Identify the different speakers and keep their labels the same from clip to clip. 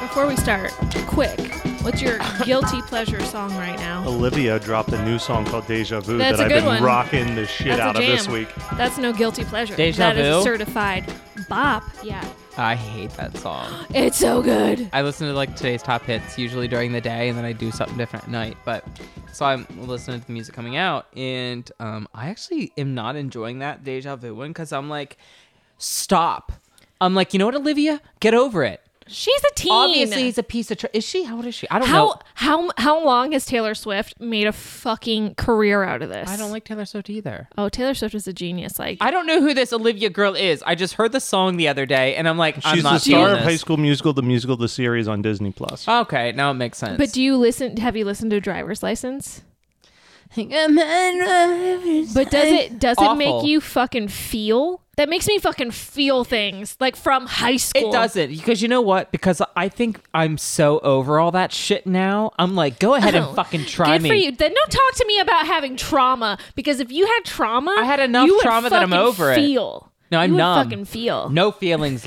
Speaker 1: Before we start, quick, what's your guilty pleasure song right now?
Speaker 2: Olivia dropped a new song called Deja Vu
Speaker 1: That's a
Speaker 2: that I've
Speaker 1: good
Speaker 2: been
Speaker 1: one.
Speaker 2: rocking the shit
Speaker 1: That's
Speaker 2: out
Speaker 1: a
Speaker 2: of
Speaker 1: jam.
Speaker 2: this week.
Speaker 1: That's no guilty pleasure.
Speaker 3: Deja
Speaker 1: That is
Speaker 3: vu?
Speaker 1: certified bop. Yeah.
Speaker 3: I hate that song.
Speaker 1: It's so good.
Speaker 3: I listen to like today's top hits usually during the day, and then I do something different at night. But so I'm listening to the music coming out, and um, I actually am not enjoying that deja vu one because I'm like, stop. I'm like, you know what, Olivia, get over it.
Speaker 1: She's a teen.
Speaker 3: Obviously, he's a piece of. Tr- is she? How old is she? I don't know.
Speaker 1: how how how long has Taylor Swift made a fucking career out of this?
Speaker 3: I don't like Taylor Swift either.
Speaker 1: Oh, Taylor Swift is a genius. Like
Speaker 3: I don't know who this Olivia girl is. I just heard the song the other day, and I'm like, I'm
Speaker 2: She's
Speaker 3: not
Speaker 2: the star
Speaker 3: feeling
Speaker 2: of High
Speaker 3: this.
Speaker 2: School Musical, the musical, the series on Disney Plus.
Speaker 3: Okay, now it makes sense.
Speaker 1: But do you listen have you listened to Driver's License? But does it does it make
Speaker 3: Awful.
Speaker 1: you fucking feel? That makes me fucking feel things like from high school.
Speaker 3: It doesn't because you know what? Because I think I'm so over all that shit now. I'm like, go ahead
Speaker 1: Oh,
Speaker 3: and fucking try
Speaker 1: Good
Speaker 3: me.
Speaker 1: for you. Then don't talk to me about having trauma because if you had trauma,
Speaker 3: I had enough
Speaker 1: you would
Speaker 3: trauma that I'm
Speaker 1: fucking
Speaker 3: over it.
Speaker 1: feel.
Speaker 3: No, I'm
Speaker 1: you would
Speaker 3: numb.
Speaker 1: fucking feel.
Speaker 3: No feelings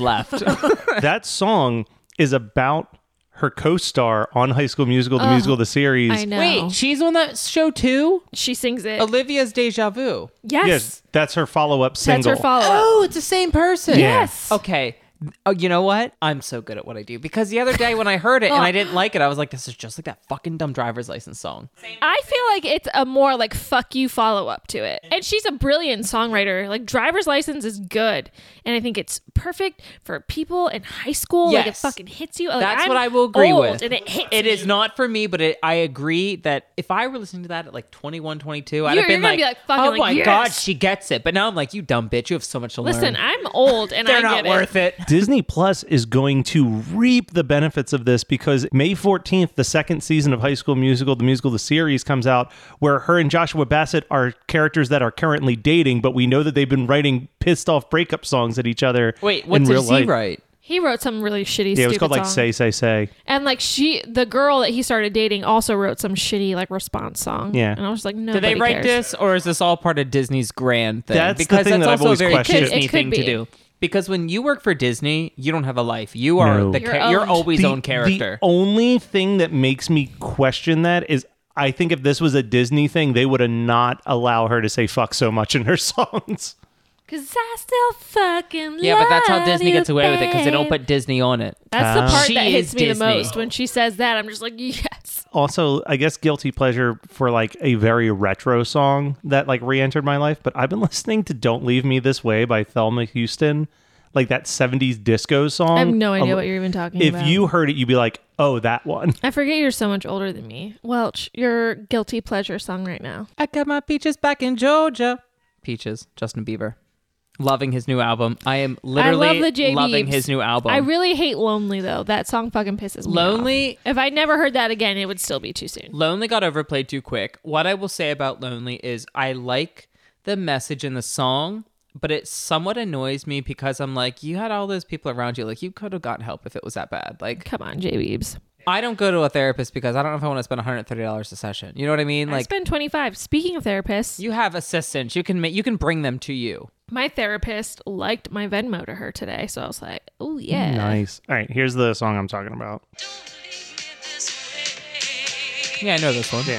Speaker 3: left.
Speaker 2: that song is about her co-star on High School Musical, the musical, the series.
Speaker 1: I know.
Speaker 3: Wait, she's on that show too.
Speaker 1: she sings it.
Speaker 3: Olivia's Deja Vu.
Speaker 1: yes.
Speaker 2: Yes, that's her follow-up
Speaker 1: That's
Speaker 2: single.
Speaker 1: her follow up.
Speaker 3: Oh, it's the same person.
Speaker 2: Yeah.
Speaker 1: Yes.
Speaker 3: Okay. Oh, you know what? I'm so good at what I do because the other day when I heard it and I didn't like it, I was like, "This is just like that fucking dumb driver's license song."
Speaker 1: I feel like it's a more like fuck you follow up to it. And she's a brilliant songwriter. Like driver's license is good. And I think it's perfect for people in high school. Like it
Speaker 3: Yes.
Speaker 1: fucking hits you. Like,
Speaker 3: That's
Speaker 1: I'm
Speaker 3: what I will agree
Speaker 1: old
Speaker 3: with.
Speaker 1: And it hits
Speaker 3: It
Speaker 1: me.
Speaker 3: is not for me, but it, I agree that if I were listening to that at like 21, 22, I'd
Speaker 1: You're-
Speaker 3: have been
Speaker 1: you're gonna
Speaker 3: like,
Speaker 1: be like, fucking
Speaker 3: oh
Speaker 1: like,
Speaker 3: my God,
Speaker 1: yes."
Speaker 3: she gets it. But now I'm like, you dumb bitch, you have so much to learn.
Speaker 1: Listen, I'm old and
Speaker 3: They're
Speaker 1: I
Speaker 3: not
Speaker 1: get
Speaker 3: worth it.
Speaker 2: Disney Plus is going to reap the benefits of this because May 14th, the second season of High School Musical, the musical, the series comes out, where her and Joshua Bassett are characters that are currently dating, but we know that they've been writing pissed off breakup songs at each other.
Speaker 3: Wait,
Speaker 2: in
Speaker 3: what's
Speaker 2: real
Speaker 3: her Z
Speaker 2: life.
Speaker 3: right?
Speaker 1: He wrote some really shitty
Speaker 2: Yeah, it
Speaker 1: stupid
Speaker 2: was called like
Speaker 1: song.
Speaker 2: Say, Say, Say.
Speaker 1: And like she the girl that he started dating also wrote some shitty like response song.
Speaker 2: Yeah.
Speaker 1: And I was like, no.
Speaker 3: Did they write this, or is this all part of Disney's grand thing?
Speaker 2: That's the
Speaker 3: because
Speaker 2: thing
Speaker 3: that's
Speaker 2: that I've
Speaker 3: also
Speaker 2: always
Speaker 3: a very
Speaker 2: questioned.
Speaker 3: Disney
Speaker 1: It could
Speaker 3: thing
Speaker 1: be.
Speaker 3: to do. Because when you work for Disney, you don't have a life. You are
Speaker 2: No.
Speaker 3: the
Speaker 1: You're
Speaker 3: you're, you're
Speaker 1: owned.
Speaker 3: always
Speaker 2: the,
Speaker 3: own character.
Speaker 2: The only thing that makes me question that is I think if this was a Disney thing, they would have not allow her to say fuck so much in her songs.
Speaker 1: Cause I still fucking
Speaker 3: yeah, but that's how
Speaker 1: love
Speaker 3: Disney
Speaker 1: you,
Speaker 3: gets away with it because they don't
Speaker 1: babe.
Speaker 3: put Disney on it.
Speaker 1: That's the part
Speaker 3: She
Speaker 1: that hits
Speaker 3: is
Speaker 1: me the
Speaker 3: Disney.
Speaker 1: most when she says that. I'm just like, yes.
Speaker 2: Also, I guess guilty pleasure for like a very retro song that like re-entered my life, but I've been listening to Don't Leave Me This Way by Thelma Houston, like that 70s disco song.
Speaker 1: I have no idea
Speaker 2: Um,
Speaker 1: what you're even talking
Speaker 2: If
Speaker 1: about.
Speaker 2: you heard it, you'd be like, "Oh, that one."
Speaker 1: I forget you're so much older than me. Welch, your guilty pleasure song right now.
Speaker 3: I got my peaches back in Georgia. Peaches, Justin Bieber. Loving his new album. I am literally
Speaker 1: I love the J.
Speaker 3: loving
Speaker 1: Biebs.
Speaker 3: his new album.
Speaker 1: I really hate Lonely though. That song fucking pisses me off.
Speaker 3: Lonely
Speaker 1: If I never heard that again, it would still be too soon.
Speaker 3: Lonely got overplayed too quick. What I will say about Lonely is I like the message in the song, but it somewhat annoys me because I'm like, you had all those people around you. Like, you could have gotten help if it was that bad. Like,
Speaker 1: Come on, J. Weebs.
Speaker 3: I don't go to a therapist because I don't know if I want to spend $130 a session. You know what I mean?
Speaker 1: I
Speaker 3: Like,
Speaker 1: spend 25. Speaking of therapists,
Speaker 3: you have assistants. You can make, you can bring them to you.
Speaker 1: My therapist liked my Venmo to her today, so I was like, "Oh yeah."
Speaker 2: Nice. All right, here's the song I'm talking about.
Speaker 3: Yeah, I know this one.
Speaker 2: Yeah.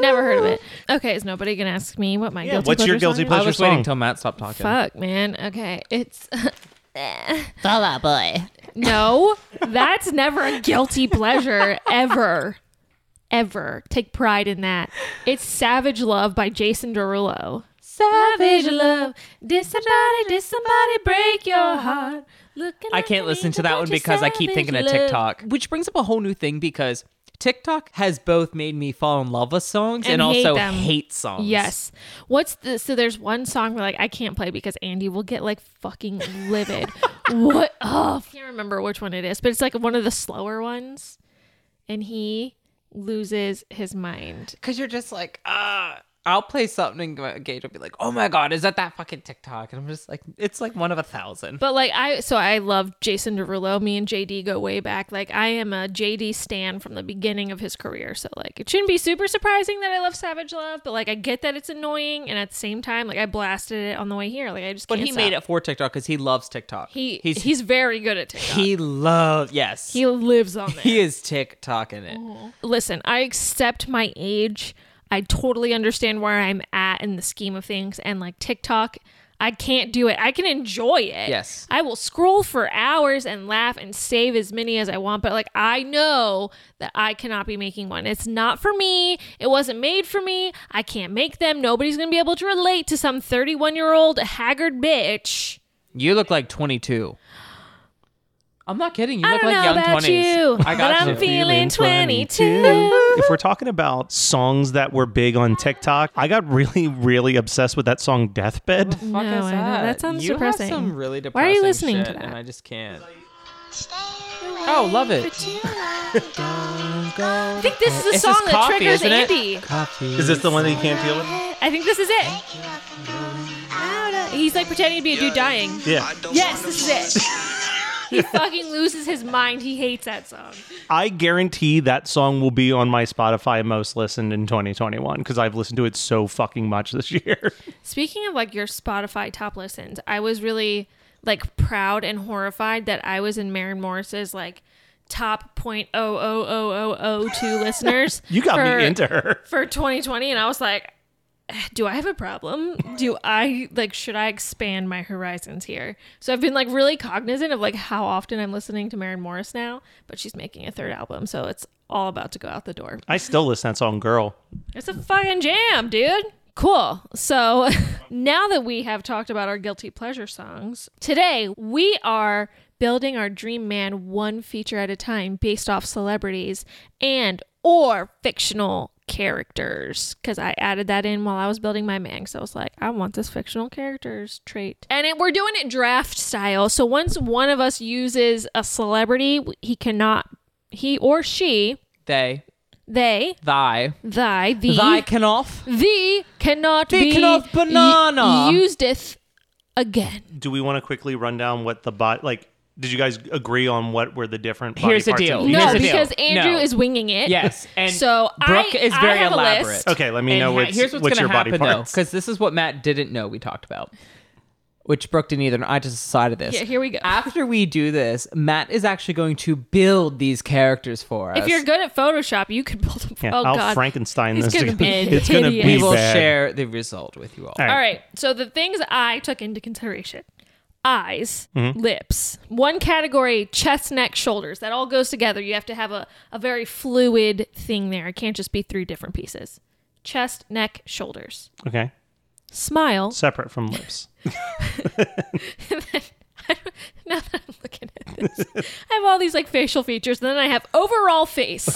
Speaker 1: Never heard of it. Okay, is nobody gonna ask me what my guilty
Speaker 4: what's your
Speaker 1: pleasure
Speaker 4: guilty
Speaker 1: song is?
Speaker 3: I
Speaker 4: pleasure
Speaker 3: was
Speaker 4: song?
Speaker 3: waiting until Matt stopped talking.
Speaker 1: Fuck, man. Okay, it's. Fall Boy. No, that's never a guilty pleasure ever, ever. Take pride in that. It's "Savage Love" by Jason Derulo. Savage love, did somebody, did somebody break your heart? Looking
Speaker 3: I can't listen to that one because I keep thinking of TikTok, which brings up a whole new thing because TikTok has both made me fall in love with songs and,
Speaker 1: And hate
Speaker 3: also
Speaker 1: them.
Speaker 3: hate songs.
Speaker 1: Yes. What's the so there's one song where like I can't play because Andy will get like fucking livid. what oh I can't remember which one it is, but it's like one of the slower ones. And he loses his mind.
Speaker 3: Because you're just like, ah. I'll play something and Gage will be like, oh my God, is that that fucking TikTok? And I'm just like, it's like one of a thousand.
Speaker 1: But like I so I love Jason Derulo. Me and JD go way back. Like I am a JD stan from the beginning of his career. So like it shouldn't be super surprising that I love Savage Love, but like I get that it's annoying and at the same time like I blasted it on the way here. Like I just
Speaker 3: But
Speaker 1: can't
Speaker 3: he made
Speaker 1: stop.
Speaker 3: it for TikTok because he loves TikTok.
Speaker 1: He
Speaker 3: he's,
Speaker 1: he's, very good at TikTok.
Speaker 3: he loves yes
Speaker 1: He
Speaker 3: he,
Speaker 1: lives on it. Oh.
Speaker 3: is TikTok in it.
Speaker 1: Listen, I accept my age. I totally understand where I'm at in the scheme of things. And like TikTok, I can't do it. I can enjoy it.
Speaker 3: Yes.
Speaker 1: I will scroll for hours and laugh and save as many as I want. But like, I know that I cannot be making one. It's not for me. It wasn't made for me. I can't make them. Nobody's going to be able to relate to some 31 year old haggard bitch.
Speaker 3: You look like 22. I'm not kidding. You
Speaker 1: I
Speaker 3: look
Speaker 1: don't
Speaker 3: like
Speaker 1: know
Speaker 3: young
Speaker 1: about
Speaker 3: 20s.
Speaker 1: you,
Speaker 3: I
Speaker 1: but
Speaker 3: got
Speaker 1: I'm
Speaker 3: you.
Speaker 1: feeling 22.
Speaker 2: If we're talking about songs that were big on TikTok, I got really, really obsessed with that song Deathbed.
Speaker 3: Fuck
Speaker 1: No,
Speaker 3: is
Speaker 1: I know. That sounds
Speaker 3: you
Speaker 1: depressing.
Speaker 3: Have some really
Speaker 1: Why
Speaker 3: depressing
Speaker 1: are you listening
Speaker 3: shit,
Speaker 1: to that?
Speaker 3: And I just can't. Oh, love it.
Speaker 1: I think this is a
Speaker 3: This
Speaker 1: song
Speaker 3: is
Speaker 1: that
Speaker 3: coffee,
Speaker 1: triggers
Speaker 3: isn't it?
Speaker 1: Andy.
Speaker 2: Is this the one that you can't deal with?
Speaker 1: I think this is it. He's like pretending to be a dude dying.
Speaker 2: Yeah.
Speaker 1: Yes, this is it. he fucking loses his mind. He hates that song.
Speaker 2: I guarantee that song will be on my Spotify most listened in 2021 because I've listened to it so fucking much this year.
Speaker 1: Speaking of like your Spotify top listens, I was really like proud and horrified that I was in Maren Morris's like top point oh oh oh oh oh two listeners.
Speaker 2: You got
Speaker 1: for-
Speaker 2: me into her.
Speaker 1: for 2020 and I was like do I have a problem? Do I like should I expand my horizons here? So I've been like really cognizant of like how often I'm listening to Maren Morris now, but she's making a third album, so it's all about to go out the door.
Speaker 2: I still listen to that song, Girl.
Speaker 1: It's a fucking jam, dude. Cool. So now that we have talked about our guilty pleasure songs, today we are building our dream man one feature at a time based off celebrities and or fictional characters because i added that in while i was building my man because i was like i want this fictional characters trait and it, we're doing it draft style so once one of us uses a celebrity he cannot he or she
Speaker 3: They,
Speaker 1: they
Speaker 3: thy,
Speaker 1: thy the
Speaker 3: thy can off.
Speaker 1: the cannot
Speaker 3: The
Speaker 1: be
Speaker 3: cannot banana.
Speaker 1: y- usedeth again.
Speaker 2: Do we want to quickly run down what the bot like? Did you guys agree on what were the different? Body
Speaker 3: Here's the
Speaker 2: parts
Speaker 3: deal.
Speaker 2: and
Speaker 3: No,
Speaker 1: No,
Speaker 3: Oh, Here's the deal.
Speaker 1: because Andrew
Speaker 3: No.
Speaker 1: is winging it.
Speaker 3: Yes, and
Speaker 1: so
Speaker 3: Brooke
Speaker 1: I,
Speaker 3: is
Speaker 1: I
Speaker 3: very
Speaker 1: have a
Speaker 3: elaborate.
Speaker 1: list.
Speaker 2: Okay, let me know
Speaker 3: ha-
Speaker 2: what's,
Speaker 3: here's what's,
Speaker 2: what's
Speaker 3: gonna
Speaker 2: your body
Speaker 3: happen
Speaker 2: parts.
Speaker 3: because this is what Matt didn't know we talked about, which Brooke didn't either. I just decided this.
Speaker 1: Yeah, here we go.
Speaker 3: After we do this, Matt is actually going to build these characters for us.
Speaker 1: If you're good at Photoshop, you can pull them.
Speaker 2: Yeah,
Speaker 1: oh
Speaker 2: I'll
Speaker 1: God.
Speaker 2: Frankenstein
Speaker 1: It's
Speaker 2: this.
Speaker 1: gonna
Speaker 2: again.
Speaker 1: be
Speaker 2: it's going to be
Speaker 1: hideous.
Speaker 3: we will
Speaker 2: bad.
Speaker 3: share the result with you all.
Speaker 2: All right.
Speaker 1: All right. So the things I took into consideration: eyes,
Speaker 3: Mm-hmm.
Speaker 1: lips. One category: chest, neck, shoulders. That all goes together. You have to have a a very fluid thing there. It can't just be three different pieces. Chest, neck, shoulders.
Speaker 2: Okay.
Speaker 1: Smile.
Speaker 2: Separate from lips.
Speaker 1: now that I'm looking at this, I have all these like facial features, and then I have overall face.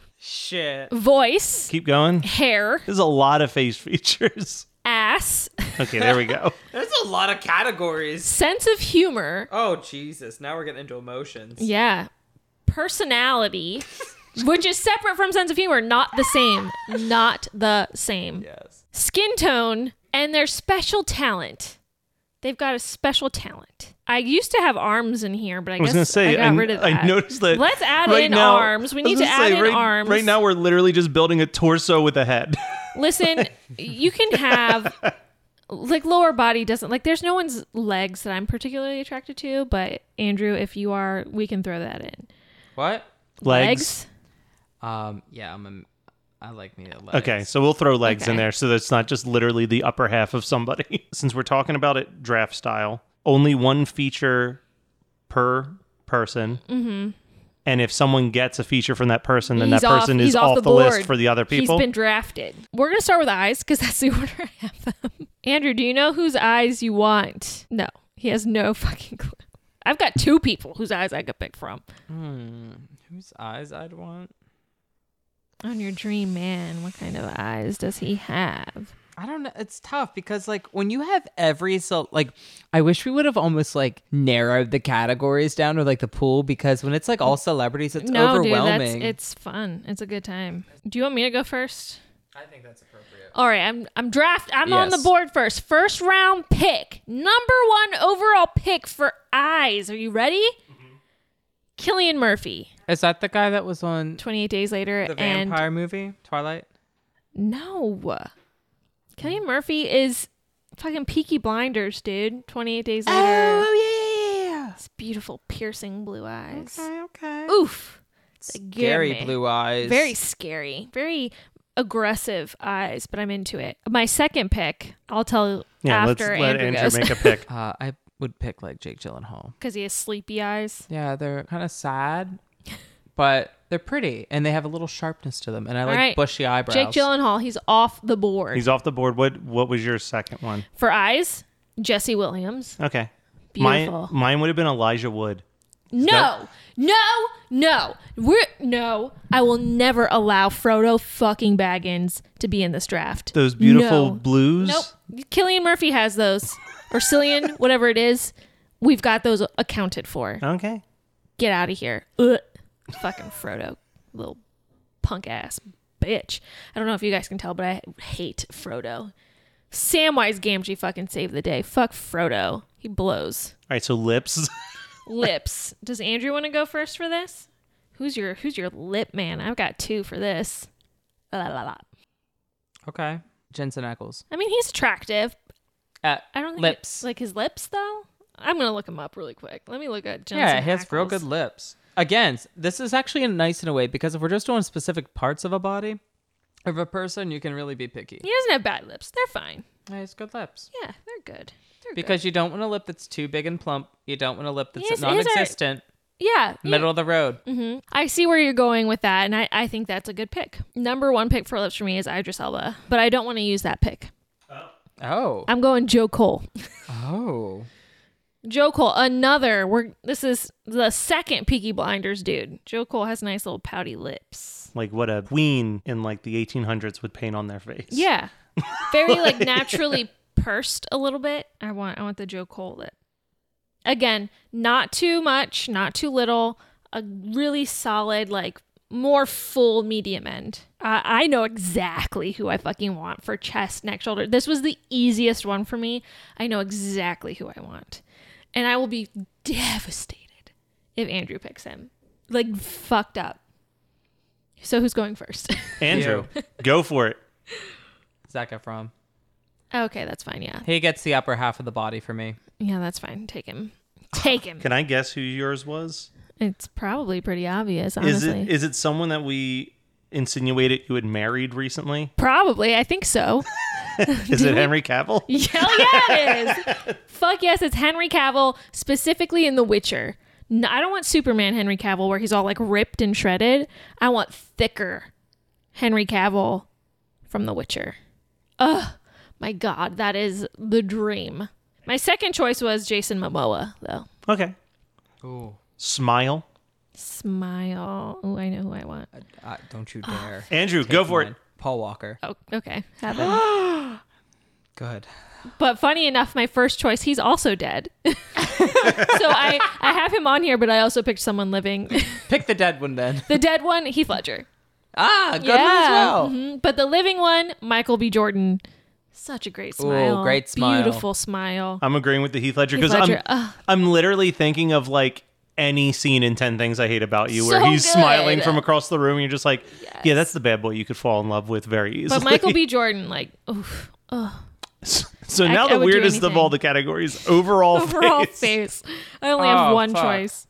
Speaker 3: Shit.
Speaker 1: voice,
Speaker 2: Keep going.
Speaker 1: hair,
Speaker 2: There's a lot of face features.
Speaker 1: ass,
Speaker 2: Okay, there we go.
Speaker 3: There's a lot of categories.
Speaker 1: sense of humor,
Speaker 3: Oh Jesus! Now we're getting into emotions.
Speaker 1: yeah, personality, which is separate from sense of humor, not the same, not the same.
Speaker 3: Yes.
Speaker 1: Skin tone and their special talent. They've got a special talent. I used to have arms in here, but I,
Speaker 2: I was
Speaker 1: guess
Speaker 2: going to say,
Speaker 1: I got
Speaker 2: I,
Speaker 1: rid of
Speaker 2: I
Speaker 1: that.
Speaker 2: noticed that.
Speaker 1: Let's add
Speaker 2: right
Speaker 1: in
Speaker 2: now-
Speaker 1: arms.
Speaker 2: I
Speaker 1: We
Speaker 2: was
Speaker 1: need to
Speaker 2: gonna
Speaker 1: add
Speaker 2: say,
Speaker 1: in
Speaker 2: right,
Speaker 1: arms.
Speaker 2: Right now, we're literally just building a torso with a head.
Speaker 1: Listen, you can have like lower body doesn't like there's no one's legs that I'm particularly attracted to, but Andrew, if you are, we can throw that in.
Speaker 3: What?
Speaker 1: Legs.
Speaker 3: Um. Yeah. I'm. A, I like me. a legs.
Speaker 2: Okay, so we'll throw legs in
Speaker 1: Okay.
Speaker 2: there so that it's not just literally the upper half of somebody. Since we're talking about it draft style, only one feature per person. Mm-hmm. And if someone gets a feature from that person, then
Speaker 1: He's
Speaker 2: that
Speaker 1: off-
Speaker 2: person
Speaker 1: he's
Speaker 2: is
Speaker 1: off
Speaker 2: off,
Speaker 1: the
Speaker 2: the, list
Speaker 1: board.
Speaker 2: for the other people.
Speaker 1: He's been drafted. We're gonna start with eyes because that's the order I have them. Andrew, do you know whose eyes you want? No, he has no fucking clue. I've got two people whose eyes I could pick from.
Speaker 3: Hmm. Whose eyes I'd want?
Speaker 1: On your dream man, what kind of eyes does he have?
Speaker 3: I don't know. It's tough because like when you have every so like I wish we would have almost like narrowed the categories down or like the pool because when it's like all celebrities, it's
Speaker 1: no, dude, that's
Speaker 3: overwhelming.
Speaker 1: it's fun. It's a good time. Do you want me to go first?
Speaker 3: I think that's appropriate.
Speaker 1: All right, I'm I'm draft. I'm on the
Speaker 3: Yes.
Speaker 1: board first. First round pick, number one overall pick for eyes. Are you ready? Mm-hmm. Killian Murphy.
Speaker 3: Is that the guy that was on
Speaker 1: Twenty eight days later,
Speaker 3: the
Speaker 1: and
Speaker 3: vampire movie Twilight?
Speaker 1: no, Killian Murphy is fucking Peaky Blinders, dude. Twenty eight days later,
Speaker 3: Oh
Speaker 1: it's beautiful, piercing blue eyes.
Speaker 3: yeah. Okay.
Speaker 1: Oof,
Speaker 3: Scary
Speaker 1: Give me.
Speaker 3: blue eyes.
Speaker 1: Very scary, very aggressive eyes, but I'm into it. My second pick, I'll tell
Speaker 2: yeah, let's
Speaker 1: after
Speaker 2: let
Speaker 1: Andrew
Speaker 2: Andrew
Speaker 1: goes.
Speaker 2: make a pick.
Speaker 3: Uh, I would pick like Jake Gyllenhaal.
Speaker 1: because he has sleepy eyes.
Speaker 3: Yeah, they're kind of sad, but they're pretty and they have a little sharpness to them. And I like
Speaker 1: right.
Speaker 3: bushy eyebrows.
Speaker 1: Jake Gyllenhaal, he's off the board
Speaker 2: He's off the board. What what was your second one?
Speaker 1: for eyes. Jesse Williams,
Speaker 2: Okay.
Speaker 1: Beautiful.
Speaker 2: Mine mine would have been Elijah Wood.
Speaker 1: no, no, no, we're no. I will never allow Frodo fucking Baggins to be in this draft.
Speaker 2: Those beautiful
Speaker 1: No.
Speaker 2: blues.
Speaker 1: Nope, Killian Murphy has those, or Cillian, whatever it is. We've got those accounted for.
Speaker 2: Okay.
Speaker 1: Get out of here, Ugh. fucking Frodo, little punk ass bitch. I don't know if you guys can tell, but I hate Frodo. Samwise Gamgee fucking saved the day. Fuck Frodo. He blows.
Speaker 2: All right, so lips.
Speaker 1: lips. Does Andrew want to go first for this? Who's your Who's your lip man? I've got two for this. La, la, la.
Speaker 3: Okay. Jensen Ackles.
Speaker 1: I mean, he's attractive.
Speaker 3: Uh,
Speaker 1: I don't think
Speaker 3: Lips.
Speaker 1: like his lips though. I'm gonna look him up really quick. Let me look at Jensen.
Speaker 3: yeah, he has real
Speaker 1: Ackles.
Speaker 3: good lips. Again, s- this is actually nice in a way because if we're just doing specific parts of a body, of a person, you can really be picky.
Speaker 1: He doesn't have bad lips. They're fine.
Speaker 3: Yeah. He has good lips.
Speaker 1: Yeah, they're good. They're
Speaker 3: Because you don't want a lip that's too big and plump. You don't want a lip that's
Speaker 1: His- his are-
Speaker 3: non existent,
Speaker 1: good. yeah. you-
Speaker 3: middle of the road.
Speaker 1: I see where you're going with that, and I, I think that's a good pick. Number one pick for lips for me is Idris Elba, but I don't want to use that pick. Mm-hmm.
Speaker 3: Oh.
Speaker 1: I'm going Joe Cole.
Speaker 3: Oh.
Speaker 1: Joe Cole, another. We're this is the second Peaky Blinders dude. Joe Cole has nice little pouty lips.
Speaker 2: like what a queen in like the 1800s would paint on their face.
Speaker 1: Yeah, very like naturally pursed a little bit. I want I want the Joe Cole lip. Again, not too much, not too little. A really solid, like more full medium end. Uh, I know exactly who I fucking want for chest, neck, shoulder. This was the easiest one for me. I know exactly who I want, and I will be devastated if Andrew picks him. Like fucked up. So who's going first?
Speaker 2: Andrew, go for it.
Speaker 3: Zac Efron.
Speaker 1: okay, that's fine. Yeah.
Speaker 3: He gets the upper half of the body for me.
Speaker 1: Yeah, that's fine. Take him. Take him.
Speaker 2: Can I guess who yours was?
Speaker 1: It's probably pretty obvious,
Speaker 2: Is
Speaker 1: honestly.
Speaker 2: it is it someone that we insinuated you had married recently?
Speaker 1: probably, I think so.
Speaker 2: Is it Henry Cavill?
Speaker 1: Hell yeah, it is. Fuck yes, it's Henry Cavill, specifically in The Witcher. No, I don't want Superman Henry Cavill where he's all like ripped and shredded. I want thicker Henry Cavill from The Witcher. Ugh, my God, that is the dream. My second choice was Jason Momoa, though.
Speaker 2: Okay.
Speaker 3: Ooh.
Speaker 2: Smile.
Speaker 1: Smile. Oh, I know who I want.
Speaker 3: Uh, don't you dare.
Speaker 2: Andrew, go for
Speaker 3: Mine. Paul Walker.
Speaker 1: Oh, okay. Have him.
Speaker 3: Good.
Speaker 1: But funny enough, my first choice, he's also dead. so I, I have him on here, but I also picked someone living.
Speaker 3: Pick the dead one then.
Speaker 1: the dead one, Heath Ledger. Mm-hmm.
Speaker 3: Ah, good one as well.
Speaker 1: Mhm. But the living one, Michael B. Jordan. Such a great smile.
Speaker 3: great smile.
Speaker 1: Beautiful smile.
Speaker 2: I'm agreeing with the Heath Ledger
Speaker 1: Heath
Speaker 2: because I'm
Speaker 1: Ledger, ugh.
Speaker 2: I'm literally thinking of like any scene in Ten Things I Hate About You where
Speaker 1: So
Speaker 2: he's
Speaker 1: good.
Speaker 2: smiling from across the room. And you're just like, yeah, that's the bad boy you could fall in love with very easily.
Speaker 1: But Michael B. Jordan, like, oof,
Speaker 2: so
Speaker 1: I-
Speaker 2: now
Speaker 1: I
Speaker 2: the
Speaker 1: would do
Speaker 2: weirdest of
Speaker 1: anything.
Speaker 2: all the categories, overall,
Speaker 1: overall
Speaker 2: face.
Speaker 1: face. I only have
Speaker 3: Oh,
Speaker 1: one
Speaker 3: fuck.
Speaker 1: choice.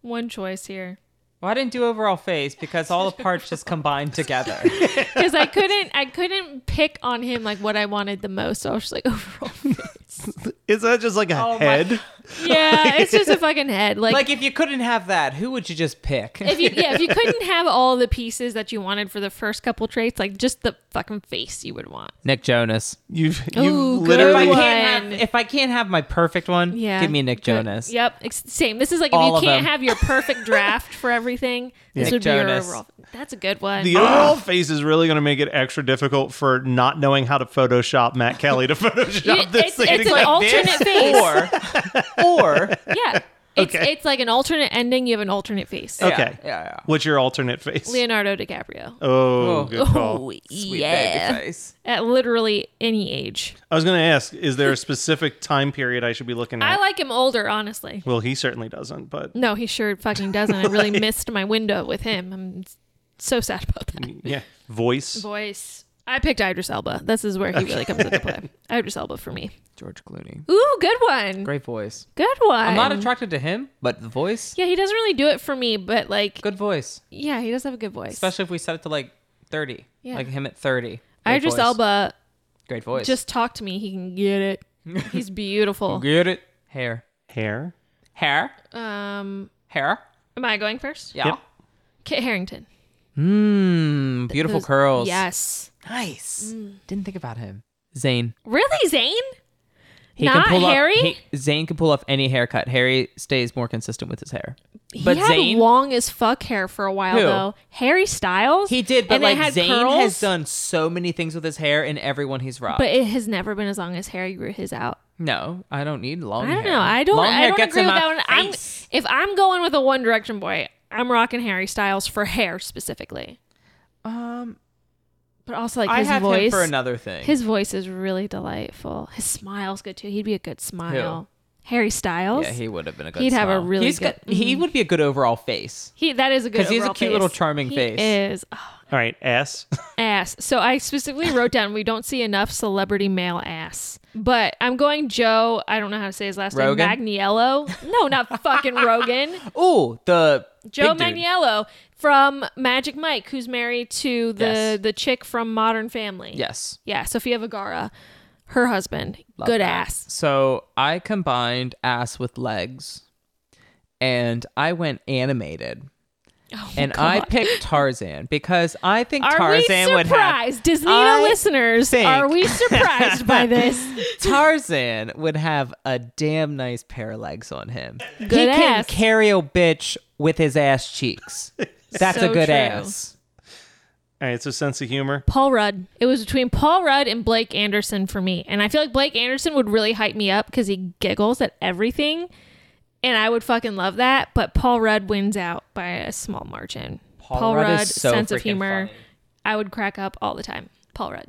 Speaker 1: One choice here.
Speaker 3: Well, I didn't do overall face because all the parts just combined together.
Speaker 1: Because I couldn't I couldn't pick on him like what I wanted the most. So I was just like overall
Speaker 2: Is that just like a
Speaker 3: Oh my-
Speaker 2: head?
Speaker 1: Yeah, it's just a fucking head. Like,
Speaker 3: like, if you couldn't have that, who would you just pick?
Speaker 1: if you yeah, if you couldn't have all the pieces that you wanted for the first couple traits, like just the fucking face you would want.
Speaker 3: Nick Jonas.
Speaker 2: You've you
Speaker 1: Ooh, good
Speaker 3: If I,
Speaker 2: literally
Speaker 1: one.
Speaker 3: can't have, if I can't have my perfect one,
Speaker 1: Yeah.
Speaker 3: give me Nick
Speaker 1: Good.
Speaker 3: Jonas.
Speaker 1: Yep. Ex- Same. This is like
Speaker 3: All
Speaker 1: if
Speaker 3: of
Speaker 1: you can't
Speaker 3: them.
Speaker 1: have your perfect draft for everything, this
Speaker 3: Nick
Speaker 1: would be
Speaker 3: Jonas.
Speaker 1: your overall. That's a good one.
Speaker 2: the overall face is really going to make it extra difficult for not knowing how to Photoshop Matt Kelly to Photoshop
Speaker 1: You-
Speaker 2: this
Speaker 1: it's,
Speaker 2: thing.
Speaker 1: it's an
Speaker 2: together.
Speaker 1: alternate
Speaker 3: this
Speaker 1: face.
Speaker 3: Or, or
Speaker 1: yeah. It's,
Speaker 2: Okay. Oh.
Speaker 1: it's like an alternate ending. You have an alternate face.
Speaker 3: Yeah,
Speaker 2: okay,
Speaker 3: yeah, yeah.
Speaker 2: What's your alternate face?
Speaker 1: Leonardo DiCaprio.
Speaker 2: oh,
Speaker 3: Oh.
Speaker 2: good call.
Speaker 1: Oh,
Speaker 3: sweet
Speaker 1: yeah.
Speaker 3: baby face.
Speaker 1: At literally any age.
Speaker 2: I was going to ask, is there a specific time period I should be looking at?
Speaker 1: I like him older, honestly.
Speaker 2: well, he certainly doesn't, but
Speaker 1: No, he sure fucking doesn't. I really missed my window with him. I'm so sad about that.
Speaker 2: yeah, voice.
Speaker 1: Voice. I picked Idris Elba. This is where he really comes into play. Idris Elba for me.
Speaker 3: George Clooney.
Speaker 1: Ooh, good one.
Speaker 3: Great voice.
Speaker 1: Good one.
Speaker 3: I'm not attracted to him, but the voice,
Speaker 1: Yeah, he doesn't really do it for me, but like,
Speaker 3: good voice.
Speaker 1: yeah, he does have a good voice.
Speaker 3: Especially if we set it to like 30.
Speaker 1: Yeah.
Speaker 3: Like him at 30. Great
Speaker 1: Idris
Speaker 3: voice.
Speaker 1: Elba,
Speaker 3: Great voice.
Speaker 1: just talk to me. He can get it. He's beautiful.
Speaker 3: get it. Hair.
Speaker 2: Hair.
Speaker 3: Hair.
Speaker 1: Um,
Speaker 3: Hair.
Speaker 1: am I going first?
Speaker 3: Yeah.
Speaker 1: Kit Harrington.
Speaker 3: Mmm. Beautiful
Speaker 1: Those- Mm.
Speaker 3: curls.
Speaker 1: Yes.
Speaker 3: Nice. Didn't think about him. Zane.
Speaker 1: Really, Zane?
Speaker 3: He
Speaker 1: Not
Speaker 3: can pull
Speaker 1: Harry?
Speaker 3: Off, he- Zane can pull off any haircut. Harry stays more consistent with his hair. But
Speaker 1: he had
Speaker 3: Zane,
Speaker 1: long as fuck hair for a while
Speaker 3: Who?
Speaker 1: though. Harry Styles.
Speaker 3: he did, but
Speaker 1: and it
Speaker 3: like
Speaker 1: had
Speaker 3: Zane
Speaker 1: curls,
Speaker 3: has done so many things with his hair, and everyone he's robbed.
Speaker 1: but it has never been as long as Harry grew his out.
Speaker 3: no, I don't need long.
Speaker 1: I don't
Speaker 3: hair.
Speaker 1: know. I don't.
Speaker 3: Long
Speaker 1: I
Speaker 3: hair
Speaker 1: don't
Speaker 3: gets
Speaker 1: agree
Speaker 3: in
Speaker 1: with
Speaker 3: my
Speaker 1: that one. I'm,
Speaker 3: face.
Speaker 1: if I'm going with a One Direction boy, I'm rocking Harry Styles for hair specifically,
Speaker 3: Um,
Speaker 1: but also like
Speaker 3: I
Speaker 1: his
Speaker 3: have
Speaker 1: voice.
Speaker 3: him for another thing.
Speaker 1: His voice is really delightful. His smile's good too. He'd be a good smile. Harry Styles.
Speaker 3: yeah, he would have been a good.
Speaker 1: He'd have a
Speaker 3: smile.
Speaker 1: really
Speaker 3: He's
Speaker 1: good- Mm.
Speaker 3: got- He would be a good overall face.
Speaker 1: He- that is a good.
Speaker 3: 'Cause he has a
Speaker 1: overall
Speaker 3: cute little
Speaker 1: face.
Speaker 3: charming
Speaker 1: He
Speaker 3: face.
Speaker 1: Is oh,
Speaker 2: All right, S.
Speaker 1: ass. So I specifically wrote down we don't see enough celebrity male ass, but I'm going Joe. I don't know how to say his last
Speaker 3: Rogan?
Speaker 1: name. Magniello. No, not fucking Rogan.
Speaker 3: Ooh, the
Speaker 1: Joe
Speaker 3: big dude.
Speaker 1: Magniello from Magic Mike, who's married to the
Speaker 3: Yes.
Speaker 1: the chick from Modern Family.
Speaker 3: Yes.
Speaker 1: Yeah, Sofia Vergara, her husband,
Speaker 3: Love
Speaker 1: good
Speaker 3: that.
Speaker 1: ass.
Speaker 3: So I combined ass with legs, and I went animated. and I picked Tarzan because I think
Speaker 1: Oh Are
Speaker 3: Tarzan
Speaker 1: we
Speaker 3: would have
Speaker 1: surprised, Disney
Speaker 3: I
Speaker 1: listeners?
Speaker 3: think-
Speaker 1: Are we surprised by this?
Speaker 3: Tarzan would have a damn nice pair of legs on him. he
Speaker 1: Good
Speaker 3: can
Speaker 1: ass.
Speaker 3: carry a bitch with his ass cheeks. That's
Speaker 1: So
Speaker 3: a good
Speaker 1: true.
Speaker 3: ass.
Speaker 2: All right, so sense of humor.
Speaker 1: Paul Rudd. It was between Paul Rudd and Blake Anderson for me, and I feel like Blake Anderson would really hype me up because he giggles at everything, and I would fucking love that. But Paul Rudd wins out by a small margin.
Speaker 3: Paul Rudd is so
Speaker 1: sense of
Speaker 3: freaking
Speaker 1: humor,
Speaker 3: funny.
Speaker 1: I would crack up all the time. Paul Rudd.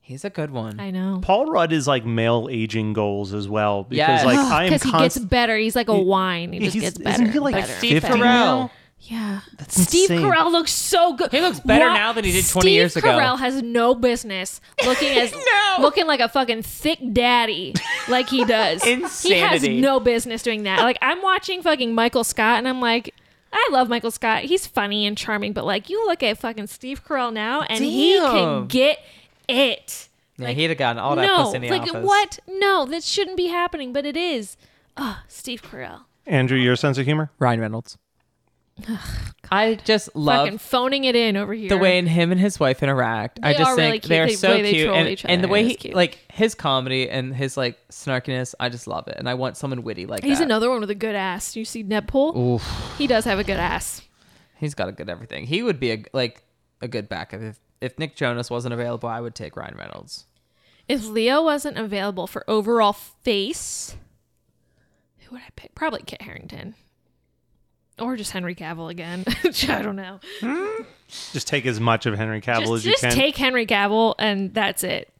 Speaker 3: He's a good one.
Speaker 1: I know.
Speaker 2: Paul Rudd is like male aging goals as well because
Speaker 3: Yes.
Speaker 2: like
Speaker 3: Ugh,
Speaker 2: I am
Speaker 1: Because he gets
Speaker 2: const-
Speaker 1: better. He's like a wine. He just
Speaker 2: he's-
Speaker 1: gets better.
Speaker 2: Isn't he like
Speaker 1: better,
Speaker 2: 50
Speaker 1: better.
Speaker 2: now?
Speaker 1: Yeah.
Speaker 2: That's
Speaker 1: Steve
Speaker 2: insane.
Speaker 1: Carell looks so good. He
Speaker 3: looks better now than he did 20 years ago.
Speaker 1: Steve Carell has no business looking as looking like a fucking thick daddy like he does. He has
Speaker 3: Insanity.
Speaker 1: no business doing that. Like I'm watching fucking Michael Scott and I'm like I love Michael Scott. He's funny and charming, but like you look at fucking Steve Carell now and he
Speaker 3: Damn.
Speaker 1: can get it.
Speaker 3: Yeah,
Speaker 1: Like,
Speaker 3: he'd have gotten all that
Speaker 1: no,
Speaker 3: pussy in the
Speaker 1: like
Speaker 3: office.
Speaker 1: what? No, that shouldn't be happening, but it is. Ah, Steve Carell.
Speaker 2: Andrew, your sense of humor?
Speaker 3: Ryan Reynolds. I just love
Speaker 1: fucking phoning it in over here.
Speaker 3: the way him and his wife interact. I
Speaker 1: They
Speaker 3: just
Speaker 1: are
Speaker 3: think
Speaker 1: really cute.
Speaker 3: they're
Speaker 1: The
Speaker 3: so
Speaker 1: way they
Speaker 3: cute,
Speaker 1: troll
Speaker 3: and,
Speaker 1: each
Speaker 3: and the
Speaker 1: other
Speaker 3: way
Speaker 1: is
Speaker 3: he
Speaker 1: cute.
Speaker 3: like his comedy and his like snarkiness. I just love it, and I want someone witty like
Speaker 1: He's
Speaker 3: that.
Speaker 1: another one with a good ass. You see Deadpool? He does have a good ass.
Speaker 3: He's got a good everything. He would be a like a good backup if if Nick Jonas wasn't available. I would take Ryan Reynolds.
Speaker 1: If Leo wasn't available for overall face, who would I pick? Probably Kit Harrington. Or just Henry Cavill again. I don't know.
Speaker 2: Just take as much of Henry Cavill
Speaker 1: Just,
Speaker 2: as you
Speaker 1: just
Speaker 2: can.
Speaker 1: take Henry Cavill and that's it.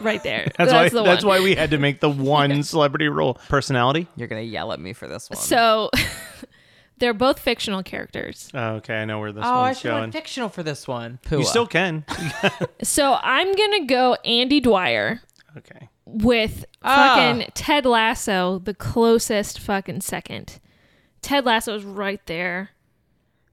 Speaker 1: right there.
Speaker 2: That's, why.
Speaker 1: the
Speaker 2: that's
Speaker 1: one.
Speaker 2: why we had to make the one celebrity role personality.
Speaker 3: You're gonna yell at me for this one.
Speaker 1: So they're both fictional characters.
Speaker 2: okay, I know where this
Speaker 3: oh, I
Speaker 2: one's
Speaker 3: should have
Speaker 2: going.
Speaker 3: went fictional for this one.
Speaker 2: You
Speaker 3: Pua.
Speaker 2: still can.
Speaker 1: So I'm gonna go Andy Dwyer
Speaker 2: okay.
Speaker 1: with fucking Ted Lasso, the closest fucking second. Ted Lasso is right there.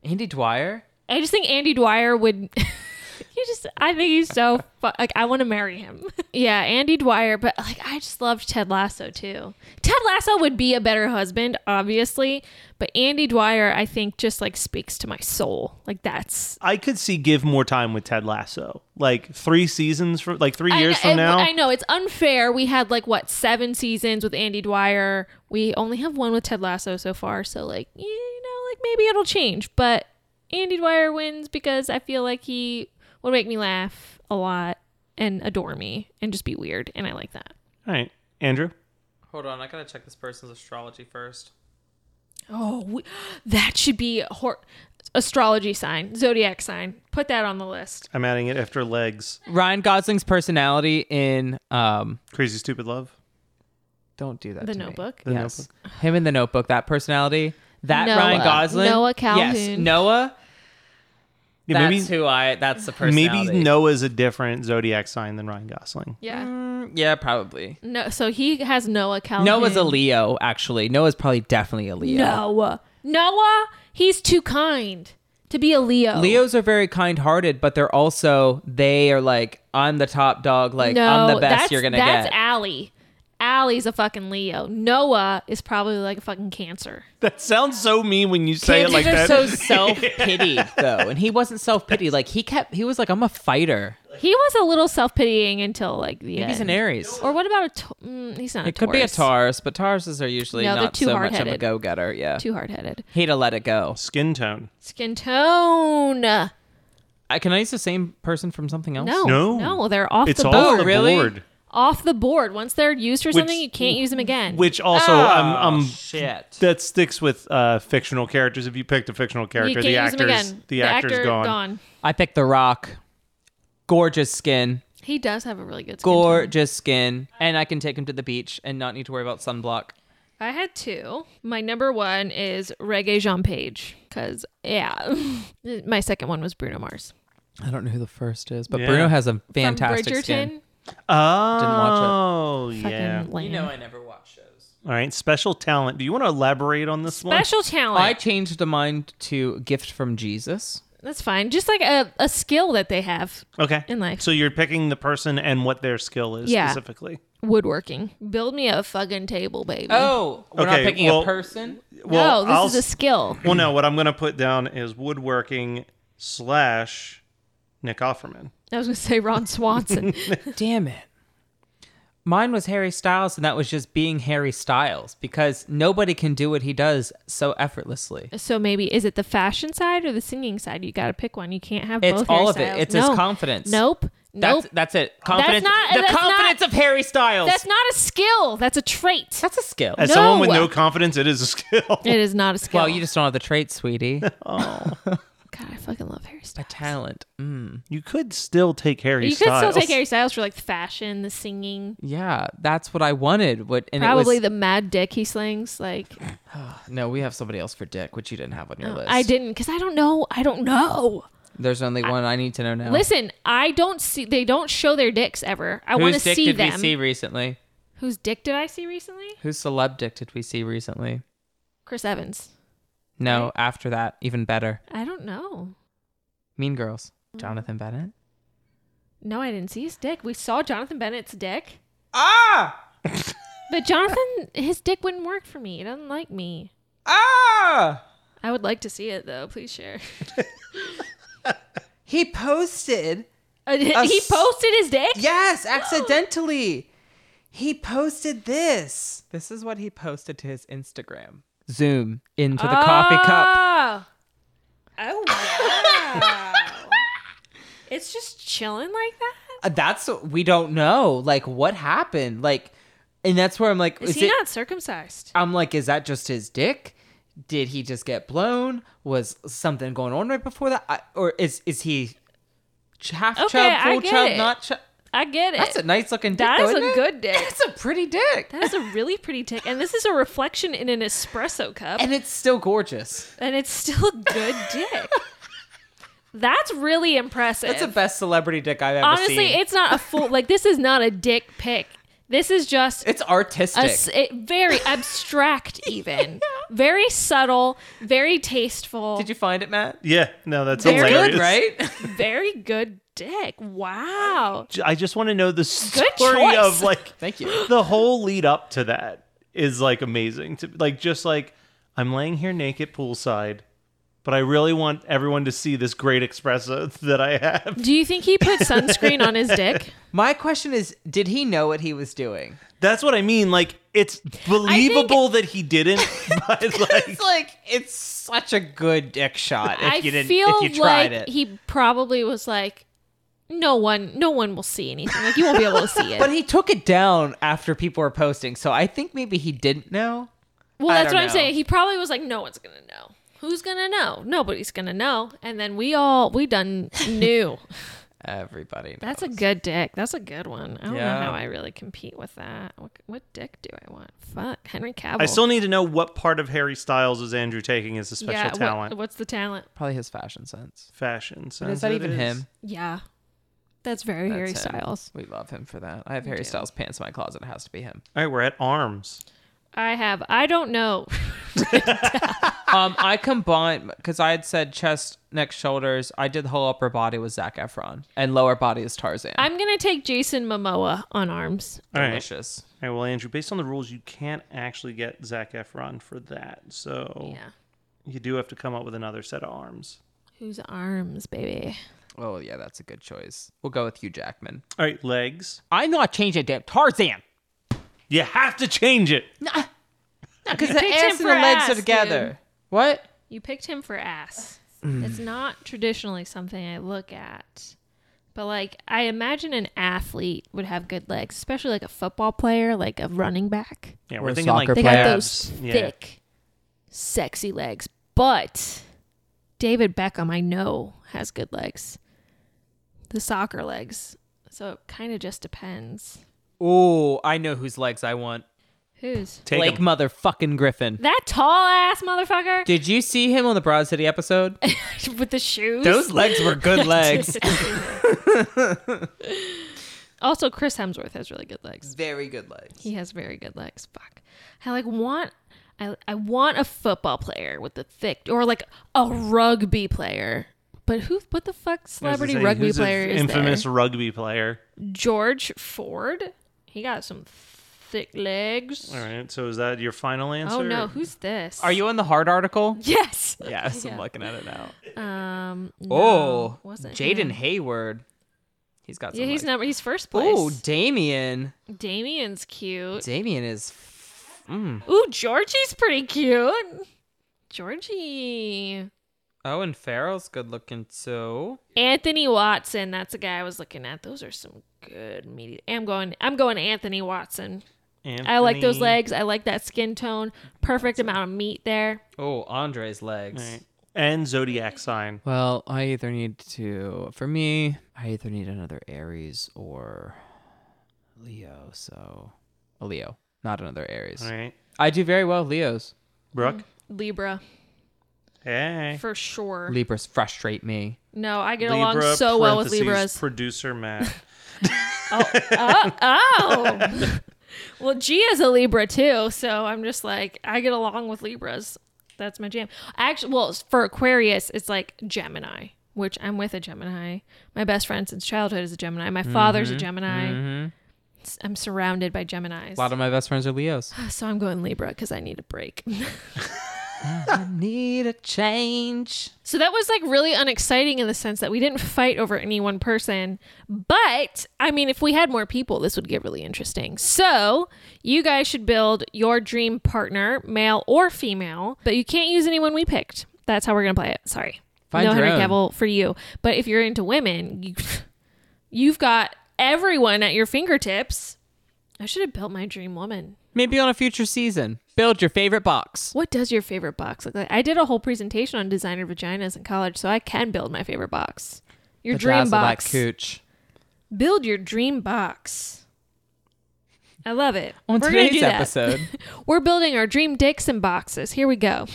Speaker 3: Andy Dwyer.
Speaker 1: I just think Andy Dwyer would. he just, I think he's so fu- like I want to marry him. yeah, Andy Dwyer, but like I just loved Ted Lasso too. Ted Lasso would be a better husband, obviously, but Andy Dwyer, I think, just like speaks to my soul. Like that's
Speaker 2: I could see give more time with Ted Lasso, like three seasons from, like three years
Speaker 1: I,
Speaker 2: from
Speaker 1: I-
Speaker 2: now.
Speaker 1: I know it's unfair. We had like what seven seasons with Andy Dwyer. We only have one with Ted Lasso so far. So like you know, like maybe it'll change. But Andy Dwyer wins because I feel like he would make me laugh a lot and adore me and just be weird, and I like that.
Speaker 2: All right, Andrew.
Speaker 3: Hold on, I gotta check this person's astrology first.
Speaker 1: Oh, we, that should be a hor- astrology sign, zodiac sign. Put that on the list.
Speaker 2: I'm adding it after legs.
Speaker 3: Ryan Gosling's personality in um.
Speaker 2: Crazy stupid love.
Speaker 3: Don't do that.
Speaker 1: The
Speaker 3: to me.
Speaker 1: Notebook?
Speaker 2: The
Speaker 3: yes, him in the Notebook. That personality. That Ryan
Speaker 1: Noah.
Speaker 3: Gosling.
Speaker 1: Noah
Speaker 3: Yes,
Speaker 1: Calhoun.
Speaker 3: Noah.
Speaker 2: Yeah,
Speaker 3: that's who I. That's the personality.
Speaker 2: maybe Noah's a different zodiac sign than Ryan Gosling.
Speaker 1: Yeah.
Speaker 3: Mm, yeah, probably.
Speaker 1: No. So he has Noah Calhoun.
Speaker 3: Noah's a Leo, actually. Noah's probably definitely a Leo.
Speaker 1: Noah. Noah, he's too kind to be a Leo.
Speaker 3: Leos are very kind-hearted, but they're also they are like I'm the top dog, like I'm the best
Speaker 1: that's-
Speaker 3: you're gonna
Speaker 1: that's
Speaker 3: get.
Speaker 1: Allie. Allie's a fucking Leo. Noah is probably like a fucking cancer.
Speaker 2: That sounds so mean when you say it
Speaker 3: Kids
Speaker 2: like
Speaker 3: are
Speaker 2: that.
Speaker 3: so self-pity though, and he wasn't self-pity. Like he kept, he was like I'm a fighter.
Speaker 1: He was a little self pitying until like the end.
Speaker 3: Maybe he's an Aries.
Speaker 1: Or what about a? T- mm, he's not.
Speaker 3: It could be a
Speaker 1: Taurus.
Speaker 3: Taurus, but Tauruses are usually
Speaker 1: No, they're
Speaker 3: not
Speaker 1: too
Speaker 3: so much of a
Speaker 1: hard-headed.
Speaker 3: go-getter. Yeah,
Speaker 1: Too hard headed.
Speaker 3: he'd have let it go.
Speaker 2: Skin tone.
Speaker 1: Skin tone. No.
Speaker 3: I, Uh, can I use the same person from something else?
Speaker 2: No.
Speaker 1: No. they're off
Speaker 2: It's
Speaker 1: the
Speaker 2: all
Speaker 1: board.
Speaker 2: on the
Speaker 3: really?
Speaker 2: board.
Speaker 1: Off the board. Once they're used for
Speaker 2: Which-
Speaker 1: something, you can't use them again.
Speaker 2: Which also,
Speaker 3: Oh,
Speaker 1: Ah.
Speaker 2: um, um,
Speaker 3: shit.
Speaker 2: that sticks with uh, fictional characters. If you picked a fictional
Speaker 1: you
Speaker 2: character,
Speaker 1: can't
Speaker 2: the
Speaker 1: use them
Speaker 2: actor's
Speaker 1: again.
Speaker 2: the, actor's
Speaker 1: actor
Speaker 2: gone.
Speaker 1: gone.
Speaker 3: I picked The Rock. Gorgeous skin.
Speaker 1: He does have a really good skin tone.
Speaker 3: gorgeous skin and i can take him to the beach and not need to worry about sunblock
Speaker 1: I had two. My number one is Reggae Jean Page because yeah, my second one was Bruno Mars
Speaker 3: i don't know who the first is but
Speaker 2: Yeah.
Speaker 3: bruno has a
Speaker 1: from
Speaker 3: fantastic
Speaker 1: Bridgerton.
Speaker 3: skin
Speaker 2: Oh,
Speaker 1: Fucking
Speaker 2: yeah.
Speaker 1: lame.
Speaker 3: i never watch shows
Speaker 2: All right, special talent. Do you want to elaborate on this one?
Speaker 1: special talent.
Speaker 3: i changed the mind to gift from jesus
Speaker 1: That's fine. Just like a, a skill that they have.
Speaker 2: Okay.
Speaker 1: In life.
Speaker 2: So you're picking the person and what their skill is
Speaker 1: Yeah.
Speaker 2: specifically.
Speaker 1: Woodworking. Build me a fucking table, baby.
Speaker 3: oh we're
Speaker 2: Okay,
Speaker 3: not picking
Speaker 2: well-
Speaker 3: a person
Speaker 1: no, this
Speaker 2: I'll
Speaker 1: is a
Speaker 2: s-
Speaker 1: skill.
Speaker 2: Well, no, what I'm going to put down is woodworking slash Nick Offerman.
Speaker 1: I was gonna say Ron Swanson.
Speaker 3: damn it mine was harry styles and that was just being harry styles because nobody can do what he does so effortlessly
Speaker 1: so maybe is it the fashion side or the singing side? You got to pick one. You can't have
Speaker 3: it's
Speaker 1: both.
Speaker 3: all of it
Speaker 1: hairstyles.
Speaker 3: it's
Speaker 1: No.
Speaker 3: his confidence
Speaker 1: Nope.
Speaker 3: that's,
Speaker 1: Nope.
Speaker 3: that's it confidence
Speaker 1: not-
Speaker 3: the
Speaker 1: that's not-
Speaker 3: confidence of harry styles
Speaker 1: That's not a skill. That's a trait.
Speaker 3: that's a skill
Speaker 2: As someone with
Speaker 1: No.
Speaker 2: no confidence, it is a skill.
Speaker 1: it is not a skill.
Speaker 3: Well, you just don't have the traits, sweetie.
Speaker 1: God, I fucking love Harry Styles.
Speaker 3: the talent. Mm.
Speaker 2: you could still take Harry
Speaker 1: You
Speaker 2: Styles.
Speaker 1: could still take Harry Styles for like the fashion, the singing,
Speaker 3: Yeah, that's what I wanted. What and
Speaker 1: probably
Speaker 3: it was, Ah,
Speaker 1: the mad dick he slings. Like
Speaker 3: no. We have somebody else for Dick, which you didn't have on your list.
Speaker 1: Oh, I didn't because I don't know. I don't know.
Speaker 3: There's only one I need to know now.
Speaker 1: Listen, I don't see. They don't show their dicks ever. I want to
Speaker 3: whose dick
Speaker 1: see
Speaker 3: did
Speaker 1: them.
Speaker 3: we see recently?
Speaker 1: Whose dick did I see recently?
Speaker 3: Whose celeb dick did we see recently?
Speaker 1: Chris Evans.
Speaker 3: No, after that, even better.
Speaker 1: I don't know.
Speaker 3: Mean Girls.
Speaker 1: Mm.
Speaker 3: Jonathan Bennett.
Speaker 1: No, I didn't see his dick. We saw Jonathan Bennett's dick,
Speaker 3: Ah,
Speaker 1: but Jonathan, his dick wouldn't work for me. He doesn't like me.
Speaker 3: ah!
Speaker 1: I would like to see it though. Please share.
Speaker 3: He posted.
Speaker 1: he posted his dick.
Speaker 3: Yes, accidentally. he posted this. This is what he posted to his Instagram. Zoom into the coffee cup.
Speaker 1: Oh. Oh wow. it's just chilling like that.
Speaker 3: Uh, That's we don't know. Like what happened? Like and that's where I'm like
Speaker 1: Is,
Speaker 3: is
Speaker 1: he
Speaker 3: it-
Speaker 1: not circumcised?
Speaker 3: I'm like is that just his dick? Did he just get blown? Was something going on right before that? I, or is is he half
Speaker 1: Okay,
Speaker 3: chub,
Speaker 1: I
Speaker 3: full
Speaker 1: get
Speaker 3: chub,
Speaker 1: it.
Speaker 3: not chub?
Speaker 1: I get it.
Speaker 3: That's a nice looking dick.
Speaker 1: That
Speaker 3: though,
Speaker 1: is
Speaker 3: isn't
Speaker 1: a
Speaker 3: it?
Speaker 1: good dick.
Speaker 3: That's a pretty dick.
Speaker 1: That is a really pretty dick. And this is a reflection in an espresso cup.
Speaker 3: And it's still gorgeous.
Speaker 1: and it's still a good dick. That's really impressive.
Speaker 3: That's the best celebrity dick I've ever seen.
Speaker 1: Honestly, it's not a full like this is not a dick pic. This is just
Speaker 3: it's artistic.
Speaker 1: a s- it- very abstract even. Very subtle, very tasteful.
Speaker 3: Did you find it, Matt?
Speaker 2: Yeah, no, that's
Speaker 1: Very good,
Speaker 2: hilarious.
Speaker 3: Good, right?
Speaker 1: very good dick. Wow.
Speaker 2: J- I just want to know the
Speaker 1: Good
Speaker 2: story
Speaker 1: choice.
Speaker 2: of like
Speaker 3: Thank you.
Speaker 2: the whole lead up to that is like amazing. To like just like I'm laying here naked poolside, but I really want everyone to see this great espresso that I have.
Speaker 1: Do you think he put sunscreen on his dick?
Speaker 3: My question is, did he know what he was doing?
Speaker 2: That's what I mean. Like it's believable that he didn't, but like
Speaker 3: It's like it's such a good dick shot if
Speaker 1: I
Speaker 3: you didn't
Speaker 1: feel
Speaker 3: if you tried
Speaker 1: like
Speaker 3: it.
Speaker 1: he probably was like, no one, no one will see anything. Like you won't be able to see it.
Speaker 3: but he took it down after people were posting, so I think maybe he didn't know.
Speaker 1: well,
Speaker 3: I
Speaker 1: that's what
Speaker 3: don't
Speaker 1: I'm
Speaker 3: know.
Speaker 1: saying. He probably was like, no one's gonna know. Who's gonna know? Nobody's gonna know. And then we all we done knew.
Speaker 3: Everybody. Knows.
Speaker 1: That's a good dick. That's a good one. I don't know
Speaker 3: Yeah.
Speaker 1: how I really compete with that. What, what dick do I want? Fuck Henry Cavill.
Speaker 2: I still need to know what part of Harry Styles is Andrew taking as a special
Speaker 1: yeah. what-
Speaker 2: talent.
Speaker 1: what's the talent?
Speaker 3: probably his fashion sense.
Speaker 2: Fashion.
Speaker 3: But is
Speaker 2: sounds
Speaker 3: that
Speaker 2: it
Speaker 3: even
Speaker 2: is.
Speaker 3: him?
Speaker 1: Yeah, that's very
Speaker 3: That's
Speaker 1: Harry
Speaker 3: him.
Speaker 1: Styles.
Speaker 3: We love him for that. I have Harry Styles pants in my closet. It has to be him.
Speaker 2: All right, we're at arms.
Speaker 1: I have. I don't know.
Speaker 3: um, I combined because I had said chest, neck, shoulders. I did the whole upper body was Zach Efron, and lower body is Tarzan.
Speaker 1: I'm gonna take Jason Momoa on arms.
Speaker 2: All right.
Speaker 3: Delicious.
Speaker 2: All right, well, Andrew, based on the rules, you can't actually get Zach Efron for that. So
Speaker 1: Yeah.
Speaker 2: you do have to come up with another set of arms.
Speaker 1: Whose arms, baby?
Speaker 3: Oh yeah, that's a good choice. We'll go with Hugh Jackman.
Speaker 2: All right, legs.
Speaker 3: I'm not changing damn Tarzan.
Speaker 2: You have to change it.
Speaker 1: picked
Speaker 3: Because the
Speaker 1: him
Speaker 3: ass and
Speaker 1: for
Speaker 3: the legs
Speaker 1: ass,
Speaker 3: are together.
Speaker 1: dude.
Speaker 3: What?
Speaker 1: You picked him for ass. it's not traditionally something I look at. But like I imagine an athlete would have good legs, especially like a football player, like a running back.
Speaker 2: Yeah,
Speaker 3: Or
Speaker 2: we're
Speaker 3: a
Speaker 2: thinking like
Speaker 3: soccer
Speaker 1: They
Speaker 3: player.
Speaker 1: got
Speaker 2: abs.
Speaker 1: those thick, sexy legs. But David Beckham, I know, has good legs. The soccer legs. So it kind of just depends.
Speaker 3: Oh, I know whose legs I want.
Speaker 1: Whose?
Speaker 2: Take
Speaker 3: Blake
Speaker 2: 'em.
Speaker 3: motherfucking Griffin.
Speaker 1: That tall ass motherfucker
Speaker 3: Did you see him on the Broad City episode?
Speaker 1: with the shoes.
Speaker 3: Those legs were good legs.
Speaker 1: Also, Chris Hemsworth has really good legs.
Speaker 3: Very good legs.
Speaker 1: He has very good legs. Fuck. I like want I I want a football player with the thick or like a rugby player. But who what the fuck
Speaker 2: I was
Speaker 1: celebrity
Speaker 2: gonna say,
Speaker 1: rugby
Speaker 2: who's an
Speaker 1: player is
Speaker 2: Infamous
Speaker 1: there?
Speaker 2: rugby player.
Speaker 1: George Ford? He got some thick legs.
Speaker 2: All right, so is that your final answer?
Speaker 1: Oh no, who's this?
Speaker 3: Are you on the hard article?
Speaker 1: Yes.
Speaker 3: Yes,
Speaker 1: Yeah.
Speaker 3: I'm looking at it now.
Speaker 1: Um
Speaker 3: Oh,
Speaker 1: no, wasn't
Speaker 3: Jaden
Speaker 1: him.
Speaker 3: Hayward. He's got some
Speaker 1: Yeah, he's
Speaker 3: legs.
Speaker 1: number he's first place.
Speaker 3: Oh, Damien.
Speaker 1: Damien's cute.
Speaker 3: Damien is. Mm.
Speaker 1: Ooh, Georgie's pretty cute. Georgie.
Speaker 3: Owen Farrell's good looking too.
Speaker 1: Anthony Watson, that's the guy I was looking at. Those are some good meaty. I'm going I'm going Anthony Watson. I like those
Speaker 2: Anthony-
Speaker 1: legs. I like that skin tone. Perfect amount of meat there.
Speaker 3: Oh, Andre's
Speaker 2: All
Speaker 3: legs.
Speaker 2: right. And zodiac sign.
Speaker 3: Well, I either need to, for me, I either need another Aries or Leo. So, a Leo, not another Aries.
Speaker 2: All right,
Speaker 3: I do very well with Leos.
Speaker 1: Mm.
Speaker 2: Brooke.
Speaker 1: Libra
Speaker 2: Hey.
Speaker 1: for sure.
Speaker 3: Libras frustrate me.
Speaker 1: no, I get along
Speaker 2: Libra,
Speaker 1: so well with
Speaker 2: parentheses,
Speaker 1: Libras.
Speaker 2: Producer Matt.
Speaker 1: oh. well, Gia's a Libra too, so I'm just like I get along with Libras. That's my jam. Actually, well, for Aquarius, it's like Gemini, which I'm with a Gemini. My best friend since childhood is a Gemini. My father's a Gemini. S- I'm surrounded by Geminis.
Speaker 3: A lot of my best friends are Leos.
Speaker 1: so I'm going Libra because I need a break.
Speaker 3: I need a change.
Speaker 1: so that was like really unexciting in the sense that we didn't fight over any one person. But I mean, if we had more people, this would get really interesting. So you guys should build your dream partner, male or female, but you can't use anyone we picked. That's how we're going to play it. Sorry.
Speaker 3: Find
Speaker 1: no
Speaker 3: your
Speaker 1: Henry
Speaker 3: own.
Speaker 1: Cavill for you. But if you're into women, you, you've got everyone at your fingertips. I should have built my dream woman.
Speaker 3: Maybe on a future season. Build your favorite box.
Speaker 1: What does your favorite box look like? I did a whole presentation on designer vaginas in college, so I can build my favorite box. Your dream
Speaker 3: Bedazzle that
Speaker 1: box.
Speaker 3: cooch.
Speaker 1: Build your dream box. I love it.
Speaker 3: On
Speaker 1: We're gonna
Speaker 3: today's
Speaker 1: do that.
Speaker 3: episode.
Speaker 1: We're building our dream dicks and boxes. Here we go.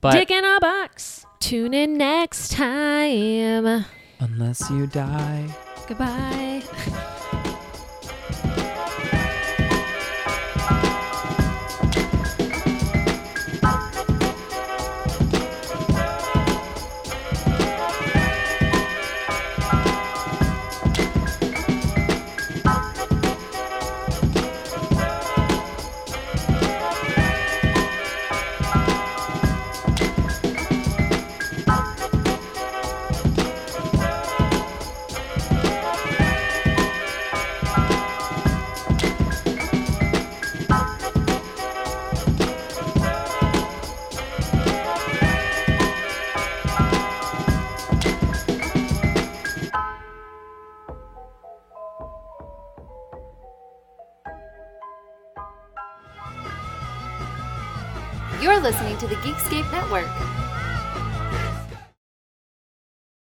Speaker 3: But
Speaker 1: Dick in a box. Tune in next time.
Speaker 3: unless you die.
Speaker 1: Goodbye.
Speaker 5: You're listening to the Geekscape Network.